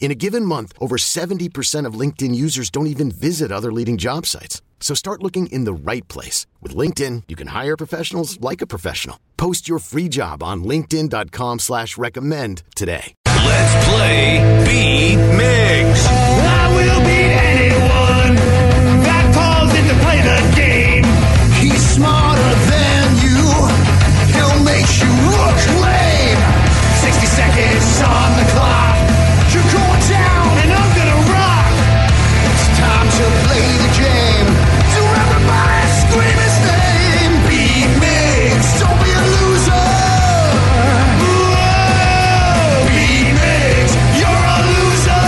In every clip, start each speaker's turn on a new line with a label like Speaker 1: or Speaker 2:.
Speaker 1: In a given month, over 70% of LinkedIn users don't even visit other leading job sites. So start looking in the right place. With LinkedIn, you can hire professionals like a professional. Post your free job on linkedin.com slash recommend today.
Speaker 2: Let's play B Migs. I will beat anyone that calls in to play the game. He's smarter than you. He'll make you look lame. 60 seconds on the clock. You're going down and I'm gonna rock. It's time to play the game. So everybody scream his name. B Migs. Don't be a loser. Whoa. B Migs. You're a loser.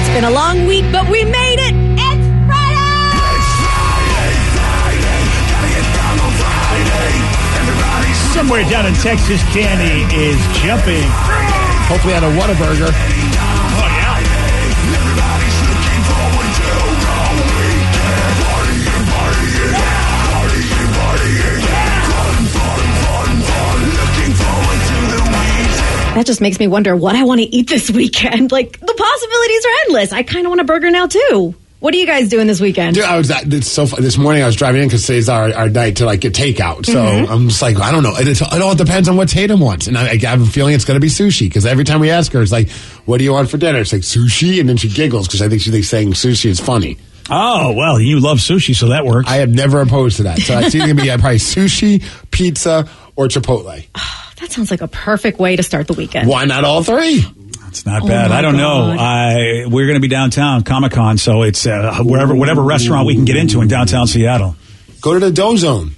Speaker 3: It's been a long week, but we made it! It's Friday!
Speaker 4: Somewhere down in Texas, Candy is jumping. Hopefully on a Whataburger. Oh, yeah.
Speaker 3: That just makes me wonder what I want to eat this weekend. Like, the possibilities are endless. I kind of want a burger now, too. What are you guys doing this weekend?
Speaker 5: Dude, I was that. It's so fun. This morning I was driving in because today's our, our night to like get takeout. So
Speaker 4: Mm-hmm.
Speaker 5: I'm just like, I don't know. It, it's- it all depends on what Tatum wants, and I, I have a feeling it's going to be sushi because every time we ask her, it's like, "What do you want for dinner?" It's like sushi, and then she giggles because I think she thinks saying sushi is funny.
Speaker 4: Oh, well, you love sushi, so that works.
Speaker 5: I am never opposed to that. So it's either going to be probably sushi, pizza, or Chipotle.
Speaker 3: That sounds like a perfect way to start the weekend.
Speaker 5: Why not all three?
Speaker 4: It's not bad.
Speaker 3: my
Speaker 4: I don't
Speaker 3: God.
Speaker 4: know. I We're going to be downtown, Comic Con, so it's uh, wherever, whatever restaurant we can get into in downtown Seattle.
Speaker 5: Go to the Dozone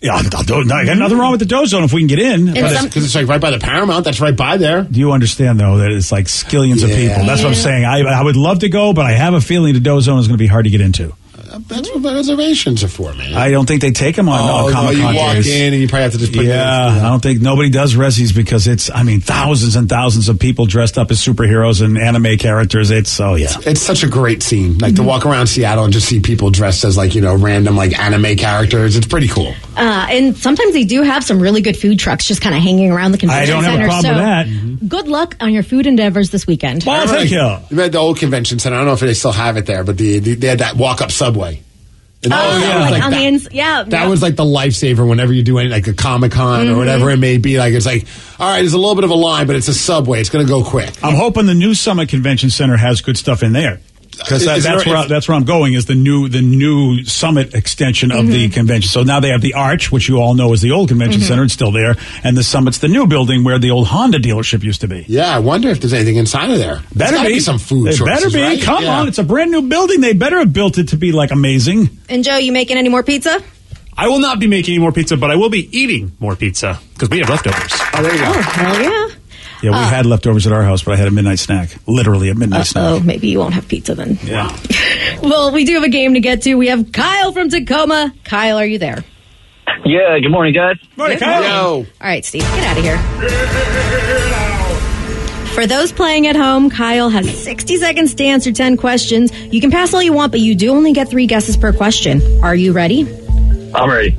Speaker 4: Yeah, I'll, I'll do, I got nothing wrong with the Dozone if we can get in. But
Speaker 3: some-
Speaker 4: it's-
Speaker 5: because it's like right by the Paramount. That's right by there.
Speaker 4: do you understand, though, that it's like skillions of
Speaker 5: Yeah.
Speaker 4: people? That's what I'm saying. I, I would love to go, but I have a feeling the Dozone is going to be hard to get into.
Speaker 5: Uh, That's what the reservations are for, man.
Speaker 4: I don't think they take them on,
Speaker 5: oh,
Speaker 4: on
Speaker 5: no,
Speaker 4: Comic
Speaker 5: you
Speaker 4: Con.
Speaker 5: walk
Speaker 4: days.
Speaker 5: in and you probably have to just put it in.
Speaker 4: Yeah, I don't think nobody does resis because it's I mean thousands and thousands of people dressed up as superheroes and anime characters. It's oh yeah.
Speaker 5: It's such a great scene. Like to
Speaker 4: Mm-hmm.
Speaker 5: walk around Seattle and just see people dressed as like, you know, random like anime characters. It's pretty cool.
Speaker 3: Uh, and sometimes they do have some really good food trucks just kind of hanging around the convention
Speaker 4: I don't have a
Speaker 3: center.
Speaker 4: problem
Speaker 3: so, Mm-hmm.
Speaker 4: with that.
Speaker 3: good luck on your food endeavors this weekend.
Speaker 4: Well, Oh, thank you.
Speaker 5: We had the old convention center. I don't know if they still have it there, but the, the they had that walk up subway. And that was- that
Speaker 3: Oh, yeah.
Speaker 5: was,
Speaker 3: Like on
Speaker 5: that,
Speaker 3: the ins- yeah,
Speaker 5: That
Speaker 3: yeah.
Speaker 5: was like the lifesaver whenever you do any like a Comic Con
Speaker 3: Mm-hmm.
Speaker 5: or whatever it may be. Like it's like, all right, there's a little bit of a line, but it's a subway. It's gonna go quick.
Speaker 4: I'm hoping the new Summit Convention Center has good stuff in there because
Speaker 5: Is-
Speaker 4: that,
Speaker 5: is
Speaker 4: that's
Speaker 5: there-
Speaker 4: where I,
Speaker 5: is-
Speaker 4: that's where I'm going is the new the new Summit extension of the convention. So now they have the Arch, which you all know is the old convention center. It's still there, and the Summit's the new building where the old Honda dealership used to be.
Speaker 5: Yeah, I wonder if there's anything inside of there. There's
Speaker 4: Better
Speaker 5: gotta
Speaker 4: be.
Speaker 5: some food.
Speaker 4: It better
Speaker 5: choices,
Speaker 4: be.
Speaker 5: right?
Speaker 4: Come
Speaker 5: Yeah.
Speaker 4: on, it's a brand new building. They better have built it to be like amazing.
Speaker 3: And Joe, you making any more pizza?
Speaker 6: I will not be making any more pizza, but I will be eating more pizza because we have leftovers.
Speaker 5: Oh, there you go.
Speaker 3: Oh, hell yeah.
Speaker 4: Yeah, we had leftovers at our house, but I had a midnight snack. Literally a midnight
Speaker 3: Oh,
Speaker 4: snack.
Speaker 3: maybe you won't have pizza then.
Speaker 4: Yeah.
Speaker 3: Well, we do have a game to get to. We have Kyle from Tacoma. Kyle, are you there?
Speaker 7: Yeah, good morning, guys.
Speaker 4: Morning,
Speaker 5: Yo.
Speaker 3: All right, Steve, get out of here. For those playing at home, Kyle has 60 seconds to answer 10 questions. You can pass all you want, but you do only get three guesses per question. Are you ready?
Speaker 7: I'm ready.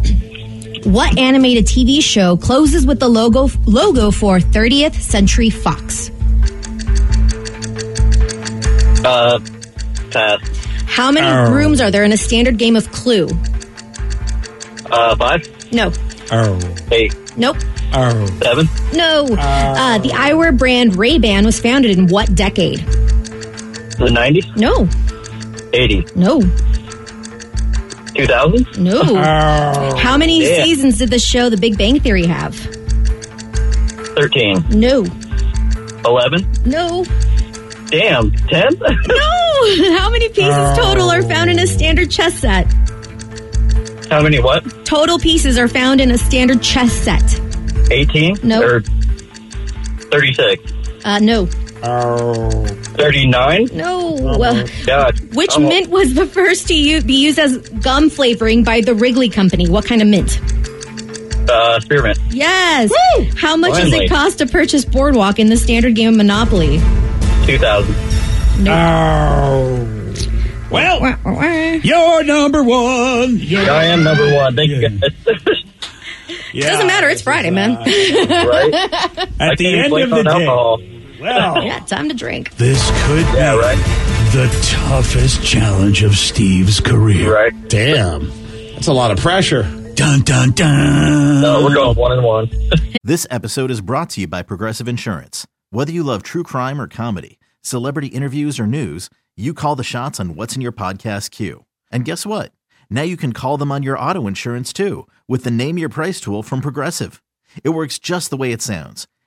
Speaker 3: What animated TV show closes with the logo logo for 30th Century Fox?
Speaker 7: Uh, pass.
Speaker 3: How many
Speaker 4: Oh.
Speaker 3: rooms are there in a standard game of Clue?
Speaker 7: Uh, five,
Speaker 3: No.
Speaker 4: Oh,
Speaker 7: eight,
Speaker 3: Nope.
Speaker 4: oh.
Speaker 7: seven,
Speaker 3: No. Uh, the eyewear brand Ray-Ban was founded in what decade?
Speaker 7: the 90s,
Speaker 3: No.
Speaker 7: 80,
Speaker 3: No.
Speaker 7: 2000?
Speaker 3: No. How many
Speaker 7: Oh, Yeah.
Speaker 3: seasons did the show The Big Bang Theory have?
Speaker 7: 13.
Speaker 3: No.
Speaker 7: 11.
Speaker 3: No.
Speaker 7: Damn. 10?
Speaker 3: No. How many pieces
Speaker 7: Oh.
Speaker 3: total are found in a standard chess set?
Speaker 7: How many what?
Speaker 3: Total pieces are found in a standard chess set.
Speaker 7: 18?
Speaker 3: No.
Speaker 7: Or 36.
Speaker 3: Uh, no.
Speaker 7: 39?
Speaker 3: No.
Speaker 7: Oh,
Speaker 3: Well,
Speaker 7: God.
Speaker 3: which
Speaker 7: I'm a-
Speaker 3: mint was the first to u- be used as gum flavoring by the Wrigley Company? What kind of mint?
Speaker 7: Uh, Spearmint.
Speaker 3: Yes. How much does
Speaker 7: Finally.
Speaker 3: it cost to purchase Boardwalk in the standard game of Monopoly?
Speaker 7: 2000.
Speaker 4: oh. Well, you're number one. You're-
Speaker 7: I am number one. Thank
Speaker 4: Yeah.
Speaker 7: you guys.
Speaker 4: Yeah.
Speaker 3: Doesn't matter. It's Friday, man.
Speaker 7: uh, right? I
Speaker 4: At the
Speaker 7: can't
Speaker 4: end of
Speaker 7: blame
Speaker 4: the
Speaker 7: on
Speaker 4: day.
Speaker 7: alcohol.
Speaker 4: Well,
Speaker 3: yeah, time to drink.
Speaker 4: this could
Speaker 7: Yeah,
Speaker 4: be
Speaker 7: right.
Speaker 4: the toughest challenge of Steve's career.
Speaker 7: Right.
Speaker 5: Damn. That's a lot of pressure.
Speaker 4: Dun dun dun.
Speaker 7: No, Uh, we're going one and one.
Speaker 8: This episode is brought to you by Progressive Insurance. Whether you love true crime or comedy, celebrity interviews or news, you call the shots on what's in your podcast queue. And guess what? Now you can call them on your auto insurance too with the Name Your Price tool from Progressive. It works just the way it sounds.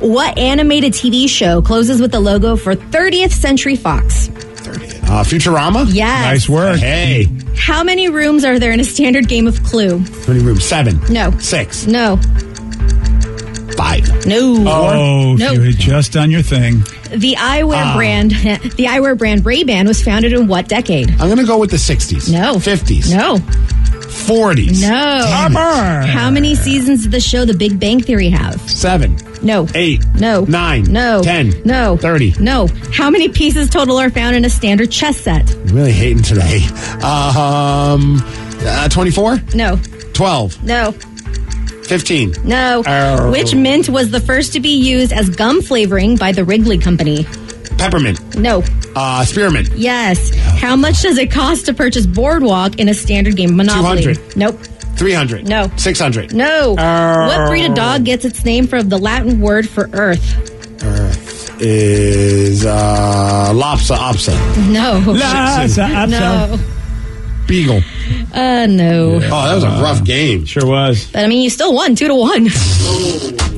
Speaker 3: What animated TV show closes with the logo for 30th Century Fox?
Speaker 5: Uh, Futurama?
Speaker 3: Yes.
Speaker 4: Nice work.
Speaker 5: Hey.
Speaker 3: How many rooms are there in a standard game of Clue?
Speaker 5: How many rooms? Seven.
Speaker 3: No.
Speaker 5: Six.
Speaker 3: No.
Speaker 5: Five.
Speaker 3: No.
Speaker 4: Oh, if
Speaker 3: No.
Speaker 4: you hit Ah. just on your thing.
Speaker 3: The eyewear brand, the eyewear brand Ray-Ban was founded in what decade?
Speaker 5: I'm going to go with the 60s.
Speaker 3: No.
Speaker 5: 50s.
Speaker 3: No.
Speaker 5: 40s.
Speaker 3: No. How many seasons did the show The Big Bang Theory have?
Speaker 5: Seven.
Speaker 3: No.
Speaker 5: Eight.
Speaker 3: No.
Speaker 5: Nine.
Speaker 3: No.
Speaker 5: Ten.
Speaker 3: No.
Speaker 5: Thirty.
Speaker 3: No. How many pieces total are found in a standard chess set?
Speaker 5: I'm really hating today. Um, uh, 24?
Speaker 3: No.
Speaker 5: 12.
Speaker 3: No.
Speaker 5: 15.
Speaker 3: No.
Speaker 4: Oh.
Speaker 5: Ow.
Speaker 3: Which mint was the first to be used as gum flavoring by the Wrigley Company?
Speaker 5: Peppermint.
Speaker 3: No.
Speaker 5: Uh, spearmint.
Speaker 3: Yes. How much does it cost to purchase Boardwalk in a standard game of Monopoly?
Speaker 5: 200.
Speaker 3: Nope.
Speaker 5: 300.
Speaker 3: No.
Speaker 5: 600.
Speaker 3: No. What breed of dog gets its name from the Latin word for earth?
Speaker 5: Earth is uh, Lopsa Opsa.
Speaker 3: No. no.
Speaker 5: Beagle.
Speaker 3: Uh, no.
Speaker 5: Oh, that was a rough game.
Speaker 4: Sure was.
Speaker 3: But I mean, you still won two to one.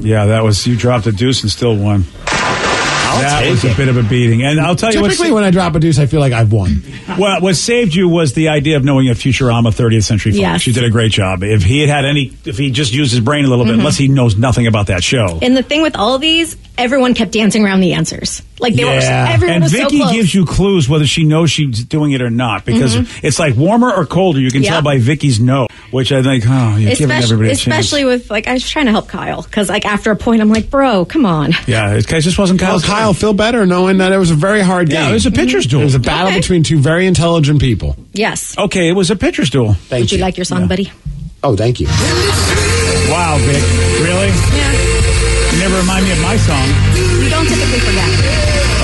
Speaker 4: Yeah, that was. You dropped a deuce and still won.
Speaker 5: I'll
Speaker 4: that
Speaker 5: take
Speaker 4: was
Speaker 5: it.
Speaker 4: a bit of a beating. And I'll tell you what.
Speaker 5: Typically, when I drop a deuce, I feel like I've won.
Speaker 4: Well, what saved you was the idea of knowing a Futurama 30th Century Fox.
Speaker 3: Yes.
Speaker 4: You did a great job. If he had had any, if he just used his brain a little bit,
Speaker 3: Mm-hmm.
Speaker 4: unless he knows nothing about that show.
Speaker 3: And the thing with all these, everyone kept dancing around the answers. Like they were, everyone
Speaker 4: and
Speaker 3: was
Speaker 4: Vicky
Speaker 3: so close.
Speaker 4: gives you clues whether she knows she's doing it or not because it's like warmer or colder. You can
Speaker 3: Mm-hmm. Yeah.
Speaker 4: tell by Vicky's no, which I think, oh, you're giving
Speaker 3: especially,
Speaker 4: everybody a
Speaker 3: especially
Speaker 4: chance.
Speaker 3: with like, I was trying to help Kyle because like after a point, I'm like, bro, come on.
Speaker 4: Yeah, it it just wasn't
Speaker 5: Well,
Speaker 4: Kyle's
Speaker 5: Kyle, feel better knowing that it was a very hard game.
Speaker 4: Yeah, it was a pitcher's duel.
Speaker 5: It was a battle
Speaker 3: Okay.
Speaker 5: between two very intelligent people.
Speaker 3: Yes.
Speaker 4: Okay, it was a pitcher's duel.
Speaker 5: Thank
Speaker 3: Would you like your song, buddy?
Speaker 5: Oh, thank you.
Speaker 4: Wow, Vic. Really?
Speaker 3: Yeah.
Speaker 4: You never remind me of my song.
Speaker 3: You don't typically forget.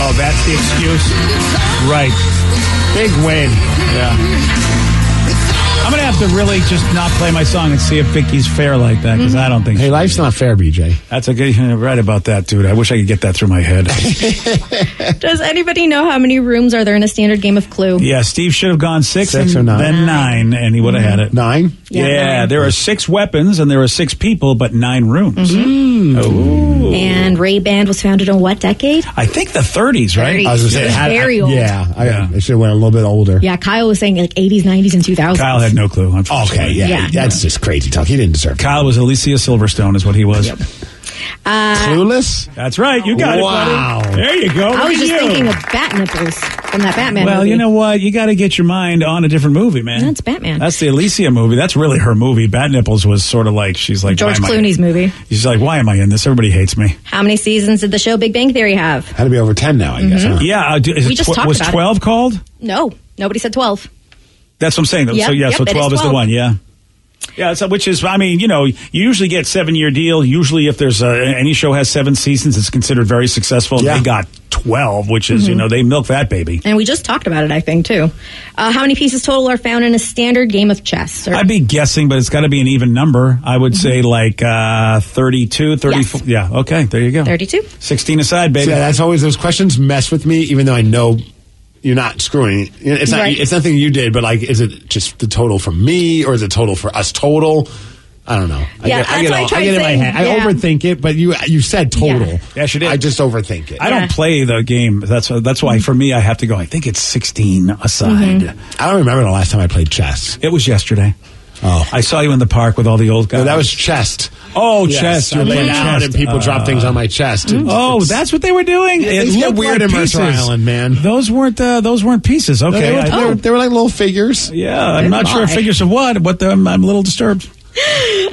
Speaker 4: Oh, that's the excuse. Right.
Speaker 5: Big win.
Speaker 4: Yeah. I'm gonna have to really just not play my song and see if Vicky's fair like that because I don't think
Speaker 5: Hey, life's not fair, BJ.
Speaker 4: that's a good. You're right about that, dude. I wish I could get that through my head.
Speaker 3: Does anybody know how many rooms are there in a standard game of Clue?
Speaker 4: yeah, Steve should have gone six,
Speaker 5: Six
Speaker 4: and
Speaker 5: or nine.
Speaker 4: then nine, and he would have had it.
Speaker 5: Nine?
Speaker 4: Yeah,
Speaker 3: Yeah, nine.
Speaker 4: there are six weapons and there are six people, but nine rooms.
Speaker 3: Mm-hmm.
Speaker 4: Oh.
Speaker 3: And Ray Band was founded in what decade?
Speaker 4: I think the 30s, right? Uh,
Speaker 5: I was gonna say,
Speaker 3: It's
Speaker 5: it had-
Speaker 3: very old.
Speaker 5: Yeah, I,
Speaker 4: Yeah.
Speaker 5: I should have went a little bit older.
Speaker 3: Yeah, Kyle was saying like 80s, 90s, and 2000s.
Speaker 4: Kyle had no clue. unfortunately.
Speaker 5: Okay, yeah,
Speaker 3: Yeah.
Speaker 5: that's just crazy talk. He didn't deserve it.
Speaker 4: Kyle was Alicia Silverstone, is what he was.
Speaker 5: Clueless?
Speaker 4: That's right. You got
Speaker 5: Wow.
Speaker 4: it, buddy. There you go.
Speaker 3: I
Speaker 4: Look
Speaker 3: was
Speaker 4: at
Speaker 3: just
Speaker 4: you.
Speaker 3: thinking of bat nipples from that Batman
Speaker 4: Well,
Speaker 3: movie.
Speaker 4: you know what? You got to get your mind on a different movie, man.
Speaker 3: That's Batman.
Speaker 4: That's the Alicia movie. That's really her movie. Bad Nipples was sort of like she's like
Speaker 3: George
Speaker 4: why am I-
Speaker 3: Clooney's movie.
Speaker 4: She's like, why am I in this? Everybody hates me.
Speaker 3: How many seasons did the show Big Bang Theory have?
Speaker 5: Had to be over 10 now, I guess. huh?
Speaker 4: Yeah, uh, do- is
Speaker 3: We
Speaker 4: it
Speaker 3: just talked
Speaker 4: was
Speaker 3: about it.
Speaker 4: twelve called?
Speaker 3: No, nobody said 12.
Speaker 4: That's what I'm saying. though.
Speaker 3: Yep,
Speaker 4: so yeah,
Speaker 3: yep,
Speaker 4: so
Speaker 3: it is
Speaker 4: twelve is the
Speaker 3: 12.
Speaker 4: one. Yeah. Yeah, so, which is, I mean, you know, you usually get seven year deal. Usually, if there's a, any show has seven seasons, it's considered very successful.
Speaker 5: Yeah.
Speaker 4: They got twelve, which is, you
Speaker 3: Mm-hmm.
Speaker 4: know, they milk that baby.
Speaker 3: And we just talked about it, I think, too. Uh, how many pieces total are found in a standard game of chess? Or-
Speaker 4: I'd be guessing, but it's got to be an even number. I would say like uh, 32, 34.
Speaker 3: Mm-hmm. Yes.
Speaker 4: Yeah, okay, there you go.
Speaker 3: 32.
Speaker 4: 16 aside, baby.
Speaker 5: So, yeah, that's always those questions mess with me, even though I know you're not screwing. You know, It's not.
Speaker 3: Right.
Speaker 5: It's nothing you did, but like, is it just the total from me, or is it total for us total? I don't know.
Speaker 3: Yeah,
Speaker 5: I get, I
Speaker 3: that's
Speaker 5: get,
Speaker 3: what I
Speaker 5: all-
Speaker 3: tried
Speaker 5: get in my
Speaker 3: saying.
Speaker 5: head. I
Speaker 3: Yeah.
Speaker 5: overthink it, but you you said total.
Speaker 3: Yeah.
Speaker 4: Yes, you did.
Speaker 5: I just overthink it.
Speaker 4: I
Speaker 5: I,
Speaker 4: don't
Speaker 3: Yeah. Mm-hmm.
Speaker 4: play the game. That's that's why for me I have to go. I think it's 16 aside.
Speaker 5: don't remember the last time I played chess.
Speaker 4: It was yesterday.
Speaker 5: Oh.
Speaker 4: I saw you in the park with all the old guys.
Speaker 5: No, that was chest.
Speaker 4: oh
Speaker 5: Yes,
Speaker 4: chess.
Speaker 5: I
Speaker 4: You're
Speaker 5: laid
Speaker 4: playing
Speaker 5: out
Speaker 4: chess. Uh,
Speaker 5: and people drop things on my chest. It's-
Speaker 4: Oh,
Speaker 5: it's-
Speaker 4: that's what they were doing.
Speaker 5: Yeah, things get
Speaker 4: looked
Speaker 5: weird in Mercer
Speaker 4: pieces.
Speaker 5: Island, man.
Speaker 4: Those weren't uh, those weren't pieces.
Speaker 5: No,
Speaker 4: Okay,
Speaker 5: they, were,
Speaker 4: I-
Speaker 5: they, were, they were like little figures.
Speaker 4: yeah, I'm not
Speaker 3: my.
Speaker 4: sure figures of what, but um, I'm, I'm a little disturbed.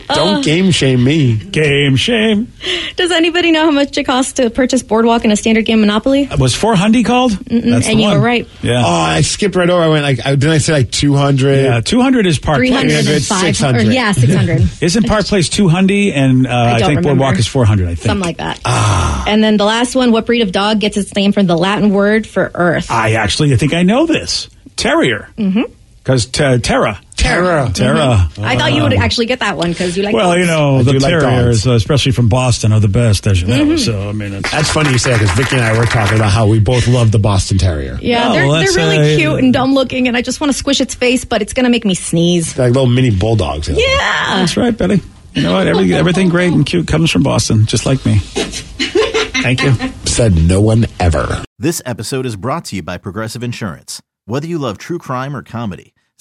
Speaker 3: Uh.
Speaker 5: Don't game shame me.
Speaker 4: Game shame.
Speaker 3: Does anybody know how much it costs to purchase Boardwalk in a standard game Monopoly?
Speaker 4: Was four hundred called? That's
Speaker 3: and
Speaker 4: the
Speaker 3: you
Speaker 4: one.
Speaker 3: were right.
Speaker 4: Yeah.
Speaker 5: Oh, I skipped right over. I went like, I, didn't I say like two hundred?
Speaker 4: yeah, 200 is Park
Speaker 3: 300
Speaker 4: Place.
Speaker 5: Yeah, good
Speaker 3: and 500.
Speaker 5: 600.
Speaker 3: Or, yeah, 600.
Speaker 4: Isn't Park Place 200 and uh, I,
Speaker 3: don't
Speaker 4: think Boardwalk
Speaker 3: remember.
Speaker 4: is 400, I think. Ah.
Speaker 3: Something like that. And then the last one, what breed of dog gets its name from the Latin word for earth?
Speaker 4: I actually think I know this. Terrier. Mm-hmm. Because Terra.
Speaker 5: Terra.
Speaker 4: Terra.
Speaker 3: Mm-hmm. I thought you would actually get that one because you like
Speaker 4: Ah. Well,
Speaker 3: dogs.
Speaker 4: you know,
Speaker 5: I
Speaker 4: the
Speaker 5: do like
Speaker 4: terriers,
Speaker 5: dogs.
Speaker 4: uh, especially from Boston, are the best, as you know.
Speaker 3: Mm-hmm.
Speaker 4: So, I mean, it's.
Speaker 5: That's funny you say that because Vicky and I were talking about how we both love the Boston Terrier.
Speaker 3: Yeah,
Speaker 4: Yeah,
Speaker 3: they're,
Speaker 4: well,
Speaker 3: they're
Speaker 4: that's,
Speaker 3: really
Speaker 4: uh,
Speaker 3: cute and dumb looking, and I just want to squish its face, but it's going to make me sneeze.
Speaker 5: They're like little mini bulldogs. you know.
Speaker 3: Yeah.
Speaker 4: That's right, Betty. You know what? Every, everything great and cute comes from Boston, just like me. Thank you.
Speaker 5: Said no one ever.
Speaker 8: This episode is brought to you by Progressive Insurance. Whether you love true crime or comedy,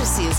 Speaker 9: Odyssey is